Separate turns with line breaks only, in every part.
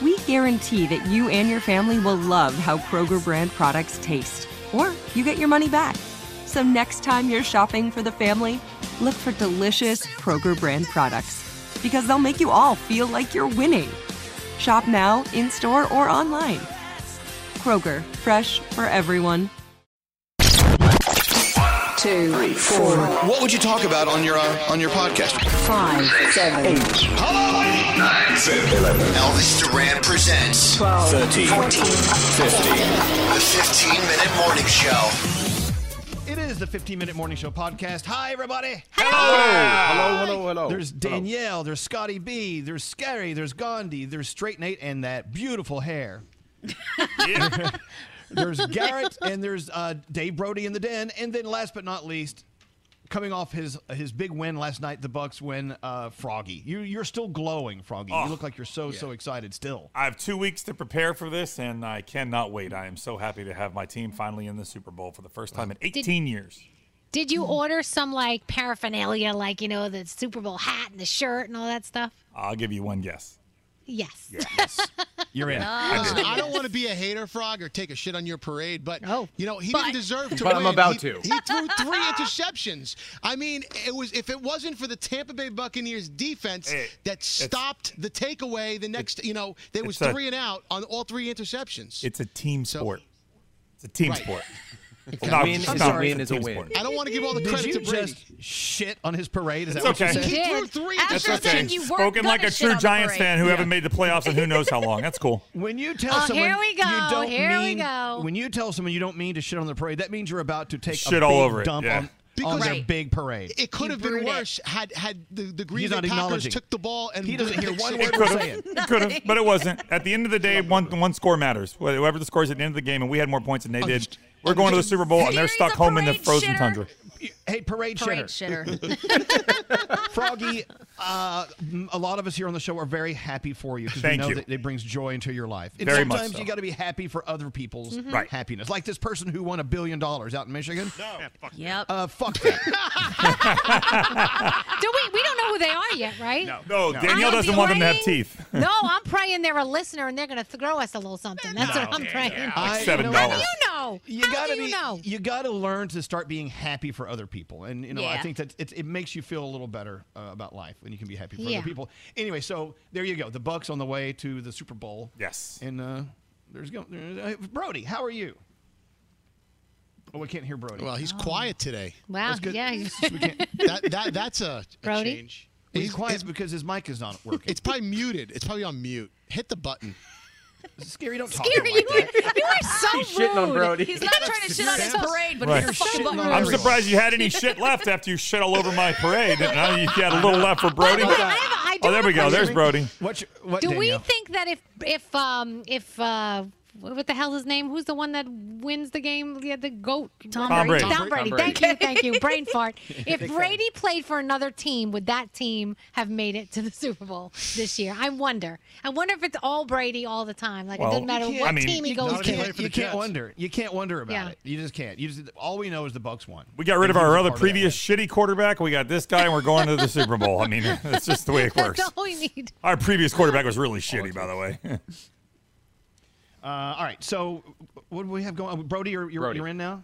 we guarantee that you and your family will love how Kroger brand products taste, or you get your money back. So next time you're shopping for the family, look for delicious Kroger brand products because they'll make you all feel like you're winning. Shop now, in store, or online. Kroger, fresh for everyone.
Two, four,
What would you talk about on your uh, on your podcast?
five, seven, eight,
Elvis Duran presents
twelve,
13,
fourteen,
15.
the 15 minute morning show.
It is the 15 minute morning show podcast. Hi, everybody.
Hello, hello, hello.
There's Danielle, there's Scotty B, there's Scary, there's Gandhi, there's Straight Nate, and that beautiful hair. there's Garrett, and there's uh, Dave Brody in the den, and then last but not least, coming off his his big win last night, the Bucks win. Uh, Froggy, you you're still glowing, Froggy.
Oh.
You look like you're so so excited still.
I have two weeks to prepare for this, and I cannot wait. I am so happy to have my team finally in the Super Bowl for the first time in 18 years.
Did you order some like paraphernalia, like, you know, the Super Bowl hat and the shirt and all that stuff?
I'll give you one guess.
Yes.
You're in.
I
I don't want to be a hater frog or take a shit on your parade, but
No.
you know he
But-
didn't deserve to.
But I'm
win.
about
He-
to.
He threw three interceptions. I mean, it was if it wasn't for the Tampa Bay Buccaneers defense
Hey,
that stopped the takeaway, the next you know there was
it's a-
three and out on all three interceptions.
It's a team
So-
sport. It's a team
Right.
sport.
A win is a win is a
team
win.
sport.
I don't want to give all the
Did
credit
you
to Brady.
just shit on his parade? Is that
It's
what you
okay.
said?
He
did.
threw three
After
interceptions.
saying you weren't
Spoken like
gonna
a
shit
true
on the
Giants
parade.
fan who haven't made the playoffs in who knows how long. That's cool.
When you tell
Oh,
someone
here we go,
you don't
here we
mean,
go.
when you tell someone you don't mean to shit on the parade, that means you're about to take a
Shit
big
all over it,
dump
yeah.
on,
Because-
on their
Right.
big parade.
It could
You
have been
brewed it.
worse had had the, the Green
He's
Bay
not
Packers
acknowledging.
took the ball and
He doesn't hear one word
It
we're
could have,
saying.
it could have, but it wasn't. At the end of the day, one one score matters. Whoever the scores at the end of the game, and we had more points than
Oh,
they did.
Understood.
We're going to the Super Bowl, and they're
Here's
stuck
a
home in the
parade
frozen
shitter.
tundra.
Hey, parade,
Parade
shitter.
shitter.
Froggy, Uh, m- a lot of us here on the show are very happy for you because we
Thank
know
you.
that it brings joy into your life. And
Very much
sometimes
so.
you got to be happy for other people's
Mm-hmm.
Mhm. Right.
happiness. Like this person who won a billion dollars out in Michigan. No. fuck
yep.
Uh, fuck that.
Do we? We don't know who they are yet, right? No.
No,
No.
Danielle
I'll
doesn't
be
want them to have teeth.
No, I'm praying they're a listener and they're going to throw us a little something. That's what I'm praying.
I-
seven
How do
dollars.
you know?
You
How
gotta
do you
be,
know?
You gotta learn to start being happy for other people, and you know I
Yeah.
think that it, it makes you feel a little better uh, about life when you can be happy for
Yeah.
other people. Anyway, so there you go. The Bucks on the way to the Super Bowl. Yes. And uh, there's go uh, Brody. How are you? Oh, we can't hear Brody.
Well, he's quiet today.
Wow.
That's good.
Yeah.
that, that that's a, a
Brody?
change.
He's quiet because his mic is not working.
It's probably muted. It's probably on mute. Hit the button.
Scary, don't
talk to Scary, him like you- that. you are so He's shitting on rude. Brody. He's not trying to shit on his parade, but he's a fucking button
I'm
rude.
surprised you had any shit left after you shit all over my parade. Now you got a little left for Brody.
I do
oh, there
have
we
a
go. There's
question.
Brody.
What? what
Do we think that if if um if uh what the hell's his name? Who's the one that wins the game? Yeah, the goat.
Tom Tom Brady. Brady.
Tom Brady.
Tom
Thank you,
Brady.
thank you. Brain fart. If
Big fan.
Brady played for another team, would that team have made it to the Super Bowl this year? I wonder. I wonder if it's all Brady all the time. Like it doesn't matter what team he goes
you
to.
can't, you can't wonder. You can't wonder about
Yeah.
it. You just can't. You just, all we know is the Bucks won.
We got rid of
And he
our
was a
other
part of that.
previous shitty quarterback. We got this guy, and we're going to the Super Bowl. I mean, that's just the way it works.
all we need.
Our previous quarterback was really shitty, by the way.
Uh, all right. So what do we have going? Brody, you're you're,
Brody.
you're in now.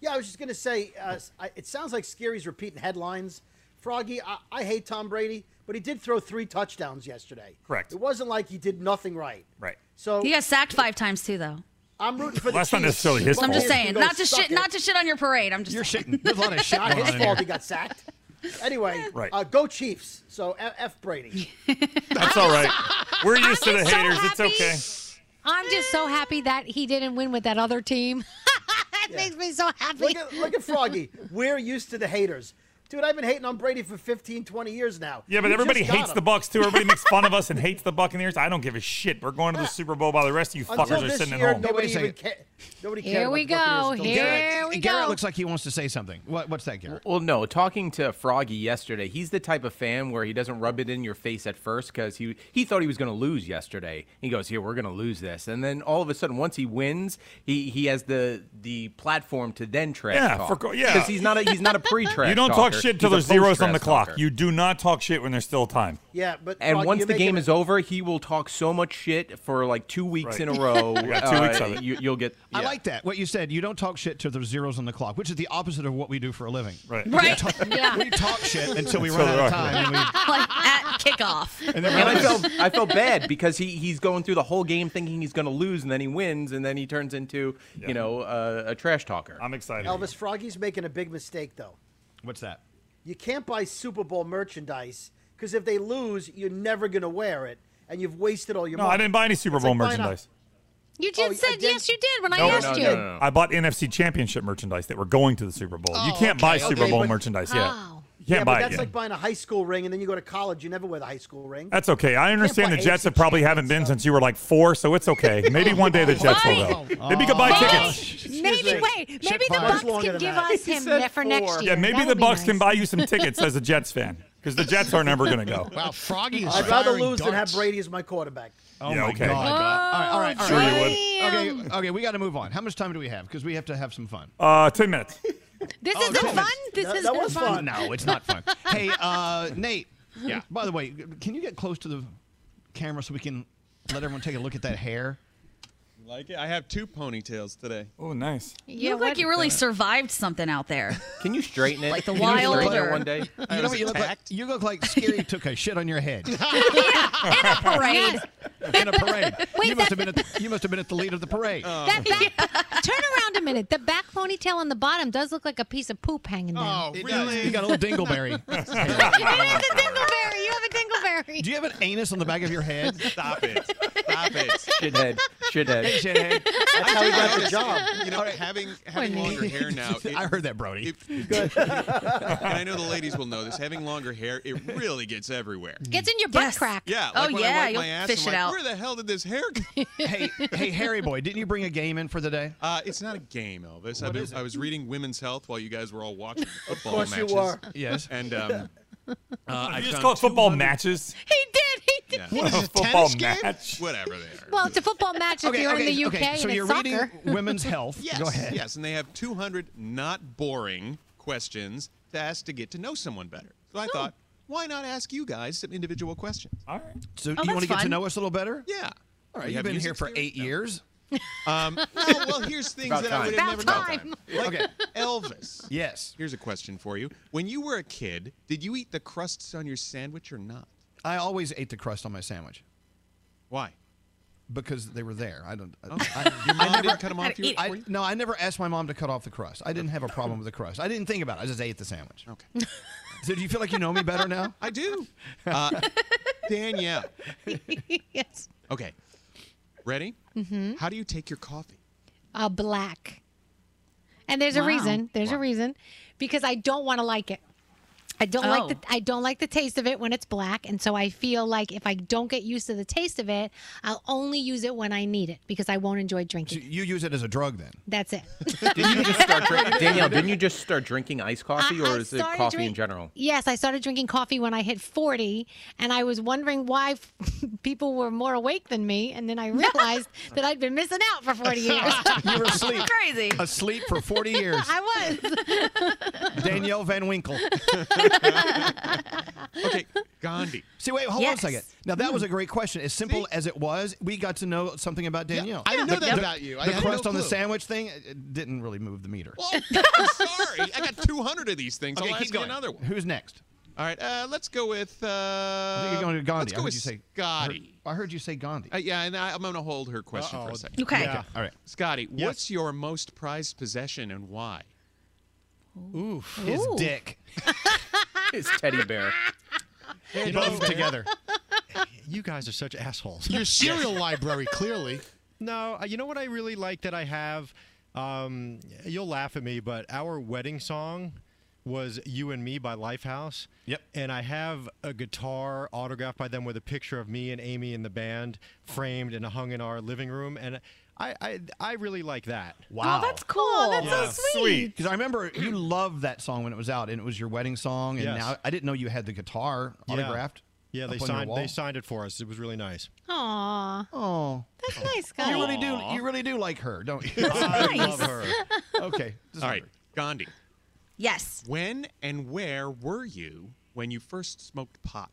Yeah, I was just gonna say, uh, s- I- it sounds like Scary's repeating headlines. Froggy, I, I hate Tom Brady, but he did throw three touchdowns yesterday.
Correct.
It wasn't like he did nothing right.
Right.
So
He got sacked five times too, though.
I'm rooting for the
That's not
Chiefs.
necessarily his
I'm
fault.
just saying,
You guys
not to
suck
shit,
it.
not to shit on your parade. I'm just
You're
saying.
shitting. There's a lot of shit.
Not
going
his
on in
fault he
here.
got sacked. Anyway,
Right.
uh, go Chiefs. So F, F Brady.
That's all right. We're used to the
so
haters. It's
happy.
okay.
I'm just so happy that he didn't win with that other team. that makes me so happy.
Look at, look at Froggy. We're used to the haters. Dude, I've been hating on Brady for 15, 20 years now.
Yeah, but
You
everybody
just got
hates
him.
the Bucks too. Everybody makes fun of us and hates the Buccaneers. I don't give a shit. We're going to the Super Bowl while the rest of you
Until
fuckers are
this
sitting at
year,
home.
nobody even ca- nobody cared
Here
about
we
the Buccaneers
go.
until
Here
Garrett-
we
Garrett
go.
looks like he wants to say something. What, what's that, Garrett?
Well, no. Talking to Froggy yesterday, he's the type of fan where he doesn't rub it in your face at first because he he thought he was going to lose yesterday. He goes, "Here, we're going to lose this," and then all of a sudden, once he wins, he he has the the platform to then trash
Yeah,
talk.
for co- yeah.
because he's not a, he's not a pre-trash.
You don't talk
talker.
shit till
He's
there's
a
zeros on the
post-trash
clock.
talker.
You do not talk shit when there's still time.
Yeah, but
And
Froggy,
once
you're
the
making
game
it-
is over, he will talk so much shit for like two weeks
Right.
in a row. Uh,
You got two weeks of it.
You, you'll get.
I
yeah.
like that. What you said. You don't talk shit till there's zeros on the clock, which is the opposite of what we do for a living. Right.
Right.
We talk,
Yeah.
we talk shit until we
Until
run out of
there are.
time. and we-
like at kickoff.
And
And I felt I felt bad because he, he's going through the whole game thinking he's going to lose, and then he wins, and then he turns into you know uh, a trash talker.
I'm excited.
Elvis Froggy's making a big mistake, though.
What's that?
You can't buy Super Bowl merchandise because if they lose, you're never going to wear it, and you've wasted all your
No,
money.
I didn't buy any Super
It's
Bowl
like buying a- Oh,
merchandise.
You just said yes, you did when
Nope.
I asked you.
I bought NFC Championship merchandise that were going to the Super Bowl. you can't buy
Oh, okay,
Super
okay,
Bowl
but-
merchandise yet. You
yeah,
can't
but
buy
that's
it yet.
like buying a high school ring, and then you go to college, you never wear the high school ring.
That's okay. I understand
buy
the Jets have probably haven't been since you were like four, so it's okay. Maybe one day the Jets will go. Maybe you could buy tickets.
Maybe wait, maybe the Bucks can give us him ne- for next year.
Yeah, maybe
That
the
would be
Bucks can
nice.
buy you some tickets as a Jets fan because the Jets are never going to go.
Wow, Froggy is
I'd rather
firing
lose than have
darts.
Brady as my quarterback.
Oh
Yeah,
my
okay.
god.
Oh,
all right, all right, all
Sure
right.
you
Okay, okay, we got to move on. How much time do we have? Because we have to have some fun. Oh,
Uh, ten minutes.
This isn't fun. This
That- that
isn't
was fun.
No, it's not fun. hey, uh, Nate. Yeah. By the way, can you get close to the camera so we can let everyone take a look at that hair?
Like it? I have two ponytails today.
Oh, nice.
You look like you really survived something out there.
Can you straighten it?
Like the
Can you straighten
wild
it
or-
one day.
You know what you look like? You look like Scary took a shit on your head
Yes.
in a parade. you must have been at the, you must have been at the lead of the parade.
That back, turn around a minute. The back ponytail on the bottom does look like a piece of poop hanging
Oh,
down.
It does. You got a little dingleberry.
dingleberry. You have a dingleberry.
Do you have an anus on the back of your head? Stop it. Stop it.
Shithead. Shithead.
Hey, shithead.
That's how he got the job.
You know, having having longer hair now. it-
I heard that, Brody.
and I know the ladies will know this. Having longer hair, it really gets everywhere.
Gets in your butt crack.
Yeah.
Oh,
Like when
yeah,
I wipe
you'll
my ass,
fish
I'm
it
like,
out.
Where the hell did this hair go?
hey, hey, Harry boy, didn't you bring a game in for the day?
Uh, it's not a game, Elvis. I've been, I was reading Women's Health while you guys were all watching the football
course you
matches.
were.
Yes.
And um,
you just call it football matches?
He did. He did.
What is this, football match?
Whatever they are.
Well, it's a football match if you're in the UK
okay,
and
so
it's
you're
soccer.
reading
women's health.
Yes,
Go ahead.
Yes, and they have 200 not boring questions to ask to get to know someone better. So I
Oh.
thought, why not ask you guys some individual questions?
All right.
So you want to get to know us a little better?
Yeah.
All right.
We
You've
have
been
music
here for eight years.
Um, no, well, here's things
About
that I would
time.
have never
About
known. Like Elvis.
Yes.
Here's a question for you. When you were a kid, did you eat the crusts on your sandwich or not?
I always ate the crust on my sandwich.
Why?
Because they were there. I don't. I,
Okay.
I,
Your mom
I never,
didn't cut 'em off for you-
I-
for you?
No, I never asked my mom to cut off the crust. I didn't have a problem with the crust. I didn't think about it. I just ate the sandwich.
Okay.
So do you feel like you know me better now?
I do. Uh, Danielle.
yes.
Okay. Ready?
Hmm?
Mm-hmm.
How do you take your coffee?
Uh, black. And there's a
Wow.
reason. There's a reason because I don't want to like it. I don't like the I don't like the taste of it when it's black, and so I feel like if I don't get used to the taste of it, I'll only use it when I need it because I won't enjoy drinking.
You use it as a drug then.
That's it.
Didn't you just start drink- Danielle, didn't you just start drinking iced coffee, or is it
started
coffee in
drink-
general?
Yes, I started drinking coffee when I hit 40, and I was wondering why f- people were more awake than me, and then I realized that I'd been missing out for 40 years.
you were asleep.
Crazy.
Asleep for 40 years.
I was.
Danielle Van Winkle.
okay, Gandhi.
See, wait, hold
Yes.
on a second. Now that
Hmm.
was a great question. As simple as it was, we got to know something about Danielle.
I didn't know
The-
that
the-
about you. I
the
had no
crust on the
clue.
sandwich thing it- Eh, it didn't really move the meter.
Sorry, I got 200 of these things.
Okay,
I'll
keep
ask you
going.
another one.
Who's next?
All right, uh, let's go with. Uh, I
think you're going to Gandhi.
Let's
I
go
heard
with
you say
Scotty.
I heard you say Gandhi.
Uh, yeah, and I, I'm going to hold her question for
Uh-oh.
a second.
Okay. Yeah. All right.
Scotty,
Yes.
what's your most prized possession and why?
Oof. His
Ooh.
dick.
His teddy bear.
They
Teddy
both
bear.
together.
You guys are such assholes.
Your
serial library, clearly. No, uh, you know what I really like that I have? Um, you'll laugh at me, but our wedding song was You and Me by Lifehouse. Yep. And I have a guitar autographed by them with a picture of me and Amy in the band framed and hung in our living room. And I, I, I really like that.
Wow.
Oh, cool.
Because I remember you loved that song when it was out, and it was your wedding song. And
Yes.
now I didn't know you had the guitar autographed.
Yeah, they
up on your
signed
wall.
they signed it for us. It was really nice.
Aw.
Oh.
That's nice, guys.
You really do. You really do like her, don't you?
I love her.
Okay.
All right, Gandhi.
Yes.
When and where were you when you first smoked pot?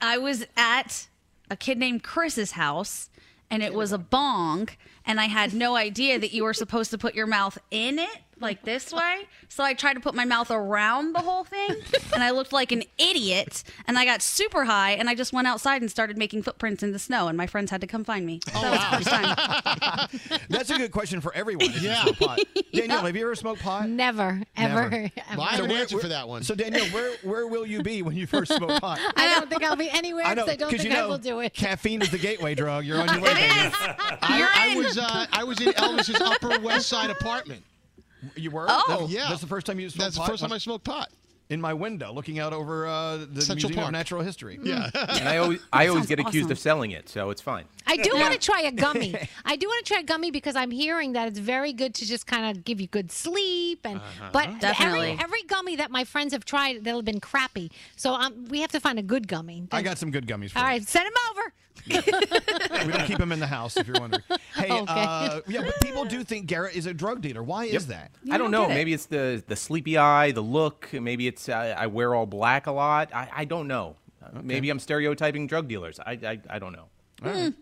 I was at a kid named Chris's house and it was a bong and I had no idea that you were supposed to put your mouth in it like this way. So I tried to put my mouth around the whole thing and I looked like an idiot and I got super high and I just went outside and started making footprints in the snow and my friends had to come find me.
Oh.
So that was the first time.
That's a good question for everyone. if you
Yeah.
smoke pot. Danielle, have you ever smoked pot?
Never, ever, ever.
So where- where- So Danielle, where where will you be when you first smoke pot?
I don't think I'll be anywhere because I, don't
'cause
think
you
I
know
will do it.
Caffeine is the gateway drug. You're on your way. Danielle.
I, I was uh, I was in Elvis's Upper West Side apartment.
You were?
Oh.
That-
Yeah.
That's the first time you smoked
That's the
pot?
first time I smoked pot.
In my window, looking out over uh, the
Central
Museum
Park.
of Natural History.
Mm.
Yeah.
And I always, I always get accused of selling it, so it's fine.
I do want to try a gummy. I do want to try a gummy because I'm hearing that it's very good to just kind of give you good sleep and
Uh-huh.
but
Definitely.
every every gummy that my friends have tried that'll been crappy. So um, we have to find a good gummy.
I got some good gummies for
All right, send them over.
you. We don't keep them in the house if you're wondering. Hey,
Okay.
uh, yeah, but people do think Garrett is a drug dealer. Why is that?
I don't know. Maybe it's the the sleepy eye, the look. Maybe it's uh, I wear all black a lot. I, I don't know. Uh, Maybe I'm stereotyping drug dealers. I I, I don't know.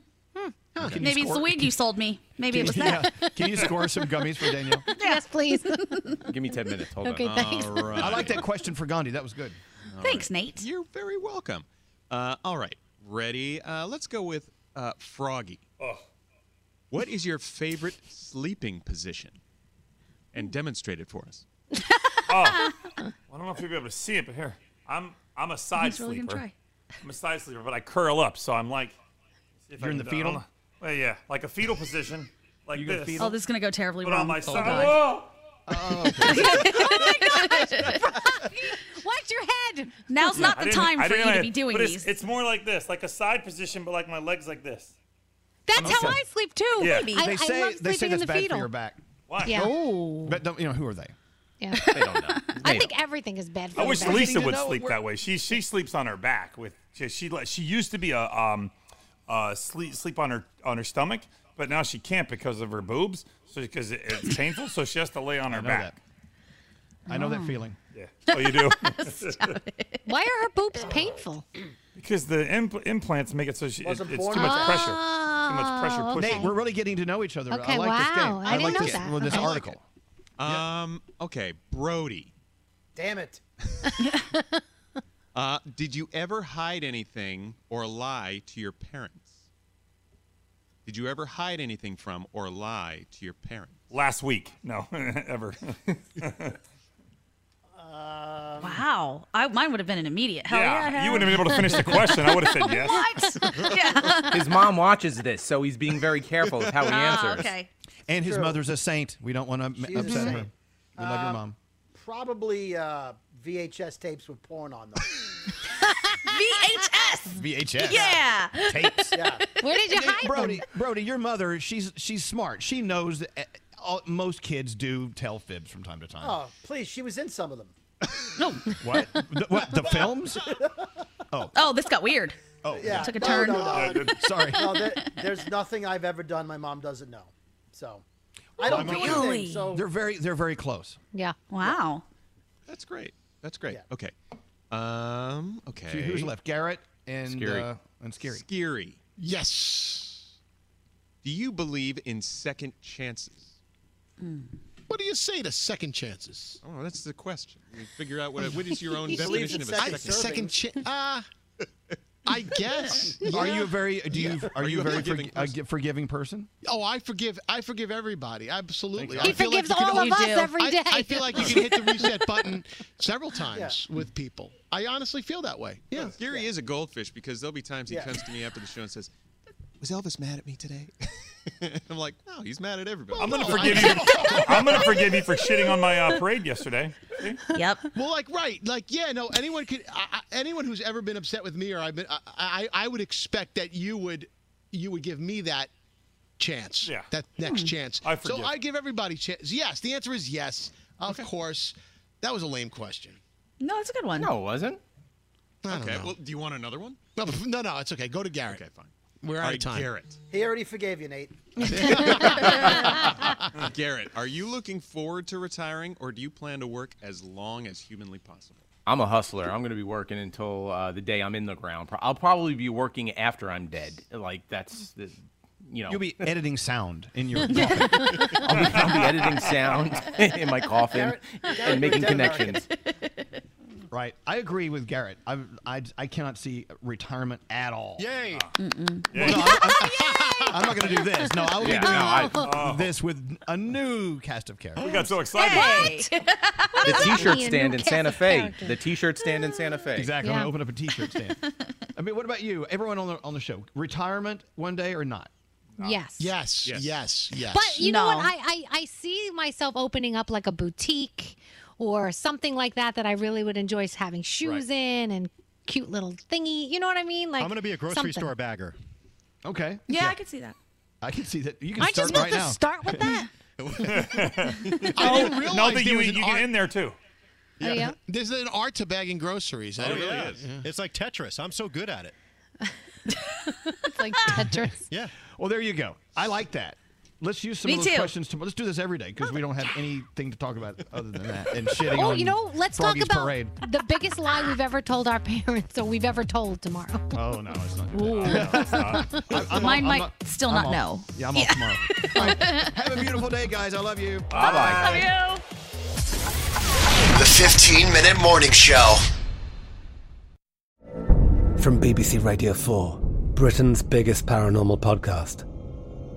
Oh, Can you
Maybe it's the
score-
weed you sold me. Maybe it was
Yeah.
that.
Can you score some gummies for Danielle?
Yes, please.
Give me ten minutes. Hold
Okay,
on.
thanks. All
right.
I like that question for Gandhi. That was good.
Thanks, Nate.
You're very welcome. Uh, all right, ready? Uh, let's go with uh, Froggy.
Oh.
What is your favorite sleeping position?
Hmm.
And demonstrate it for us.
Oh, I don't know if you'll be able to see it, but here I'm. I'm a side
He's really gonna
sleeper.
try.
I'm a side sleeper, but I curl up, so I'm like. see if I
You're in
can
the
do it. I don't
fetal?
know. Well, yeah, like a fetal position, like
You go
this.
fetal? Oh, this is gonna go terribly
but
wrong.
on my
Oh,
side.
God.
Watch your head.
Now's not
I
the
didn't-
time
I
for
didn't
you to
know
be
it,
doing
but
these.
It's, it's more like this, like a side position, but like my legs like this.
That's how
Okay.
I sleep too.
Yeah.
Maybe.
They
I,
say
I love
they say
sleeping in
that's
the
bad
fetal.
for your back.
Why?
Yeah. Oh.
But don't you know who are they?
Yeah.
They don't know.
I think everything is bad for
I
the
wish
back.
Lisa would sleep that way. She she sleeps on her back with she she, let- she used to be a um uh sleep sleep on her on her stomach, but now she can't because of her boobs. So because it, it's painful, so she has to lay on her
know
back.
I know
Ah.
that feeling.
Yeah. Oh, you do.
Why are her boobs painful?
because the impl- implants make it so she, it- it's too much
Wasn't born with-
pressure. Too much pressure
Oh,
pushing.
Nate, we're really getting to know each other. I
Okay,
like this game.
wow. I didn't
like
know
this,
that.
well, this
I like
article.
Um. Okay, Brody.
Damn it.
Uh, did you ever hide anything or lie to your parents? Did you ever hide anything from or lie to your parents?
Last week, no, ever.
wow. I, mine would have been an immediate. Hell
Yeah,
yeah.
you wouldn't have been able to finish the question. I would have said yes.
What? yeah.
His mom watches this, so he's being very careful of how he
Ah,
answers.
okay.
And his
True.
mother's a saint. We don't want to
She's a
upset her.
saint.
We love your
Um,
mom.
Probably uh, VHS tapes with porn on them.
VHS.
VHS.
Yeah.
Tapes.
Yeah.
Where did you
And then
hide
Brody,
them?
Brody, your mother, she's she's smart. She knows that uh, all, most kids do tell fibs from time to time.
Oh, please, she was in some of them.
What? the, what? The films? Oh.
Oh, this got weird.
Oh,
Yeah.
Took a
No,
turn.
no, no.
Sorry.
No, there, there's nothing I've ever done my mom doesn't know. So I don't do anything,
Really?
So
They're very they're very close.
Yeah.
Wow.
That's great. That's great. Okay. Um. Okay.
So who's left? Garrett and
Scary.
Uh, and Scary.
Scary.
Yes.
Do you believe in second chances?
Hmm.
What do you say to second chances?
Oh, that's the question. You figure out what, what is your own
He believes in
definition of a
second
second,
second chance. Uh, I guess.
Are
Yeah.
you a very do you are, you, a very
forgiving
forg- a gi- forgiving person?
Oh, I forgive. I forgive everybody. Absolutely.
Thank
I
God. He
feel
forgives
you can
all
al-
of You us do. every
I-
day.
I, feel like you can hit the reset button several times with people. I honestly feel that way. Yeah.
Gary is a goldfish because there'll be times he
Yeah.
comes to me after the show and says, "Was Elvis mad at me today?" I'm like, "No, he's mad at everybody."
I'm gonna forgive you. I'm gonna forgive you for shitting on my uh, parade yesterday.
Yep.
Well, like right, like yeah, no. Anyone could. I, I, anyone who's ever been upset with me, or I've been, I, I, I would expect that you would, you would give me that chance. Yeah. That
Hmm.
next chance.
I
So
forgive.
I give everybody chance. Yes. The answer is yes. Of course. That was a lame question.
No, it's a good one.
No, it wasn't.
Okay. Well, do you want another one?
No, pff, no, no. It's okay. Go to Garrett. Okay, fine. We're out
All
of
right,
time.
Garrett.
he already forgave you, Nate.
Garrett, are you looking forward to retiring, or do you plan to work as long as humanly possible?
I'm a hustler. I'm going to be working until uh, the day I'm in the ground. Pro- I'll probably be working after I'm dead. Like that's the, you know.
You'll be editing sound in your.
I'll be, I'll be editing sound in my coffin
Garrett- Garrett
and making
Denmark.
connections.
Right. I agree with Garrett. I I, I cannot see retirement at all. Yay.
Yay.
no, I'm, I'm- I'm not going to do this. No, I will
Yeah,
be doing
no, I-
this with a new cast of characters.
Oh. We got so excited.
The
does that
T-shirt
mean?
stand in
Who
Santa
cast
Fe.
character?
The T-shirt stand in Santa Fe.
Exactly. I'm going to open up a T-shirt stand. I mean, what about you? Everyone on the on the show, retirement one day or not?
Yes.
Yes. Yes. Yes.
But you know
No.
what? I, I I see myself opening up like a boutique or something like that that I really would enjoy having shoes in and cute little thingy. You know what I mean? Like
I'm going to be a grocery
something.
store bagger.
Okay.
Yeah, I could see that.
I can see that. You can
Aren't you
start
supposed
right
to
now.
start with that?
I
Oh,
didn't realize
no, that
there
you
was
you
an
get
art-
in there too.
Oh, yeah?
There's an art to bagging groceries. I
Oh,
didn't
yeah.
realize.
It's like Tetris. I'm so good at it.
It's like Tetris.
Yeah. Well, there you go. I like that. Let's use some
Me
of those
too.
questions. To, let's do this every day because we don't have anything to talk about other than that and shitting
Oh,
on
you know, let's talk
Froggy's
about
parade.
the biggest lie we've ever told our parents or we've ever told tomorrow.
Oh no, it's not.
Ooh. Mine might still not know.
Yeah, I'm off tomorrow. All right. Have a beautiful day, guys. I love you.
Bye-bye.
Love you.
The 15 Minute Morning Show.
From BBC Radio 4, Britain's biggest paranormal podcast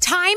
Time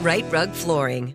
Right Rug Flooring.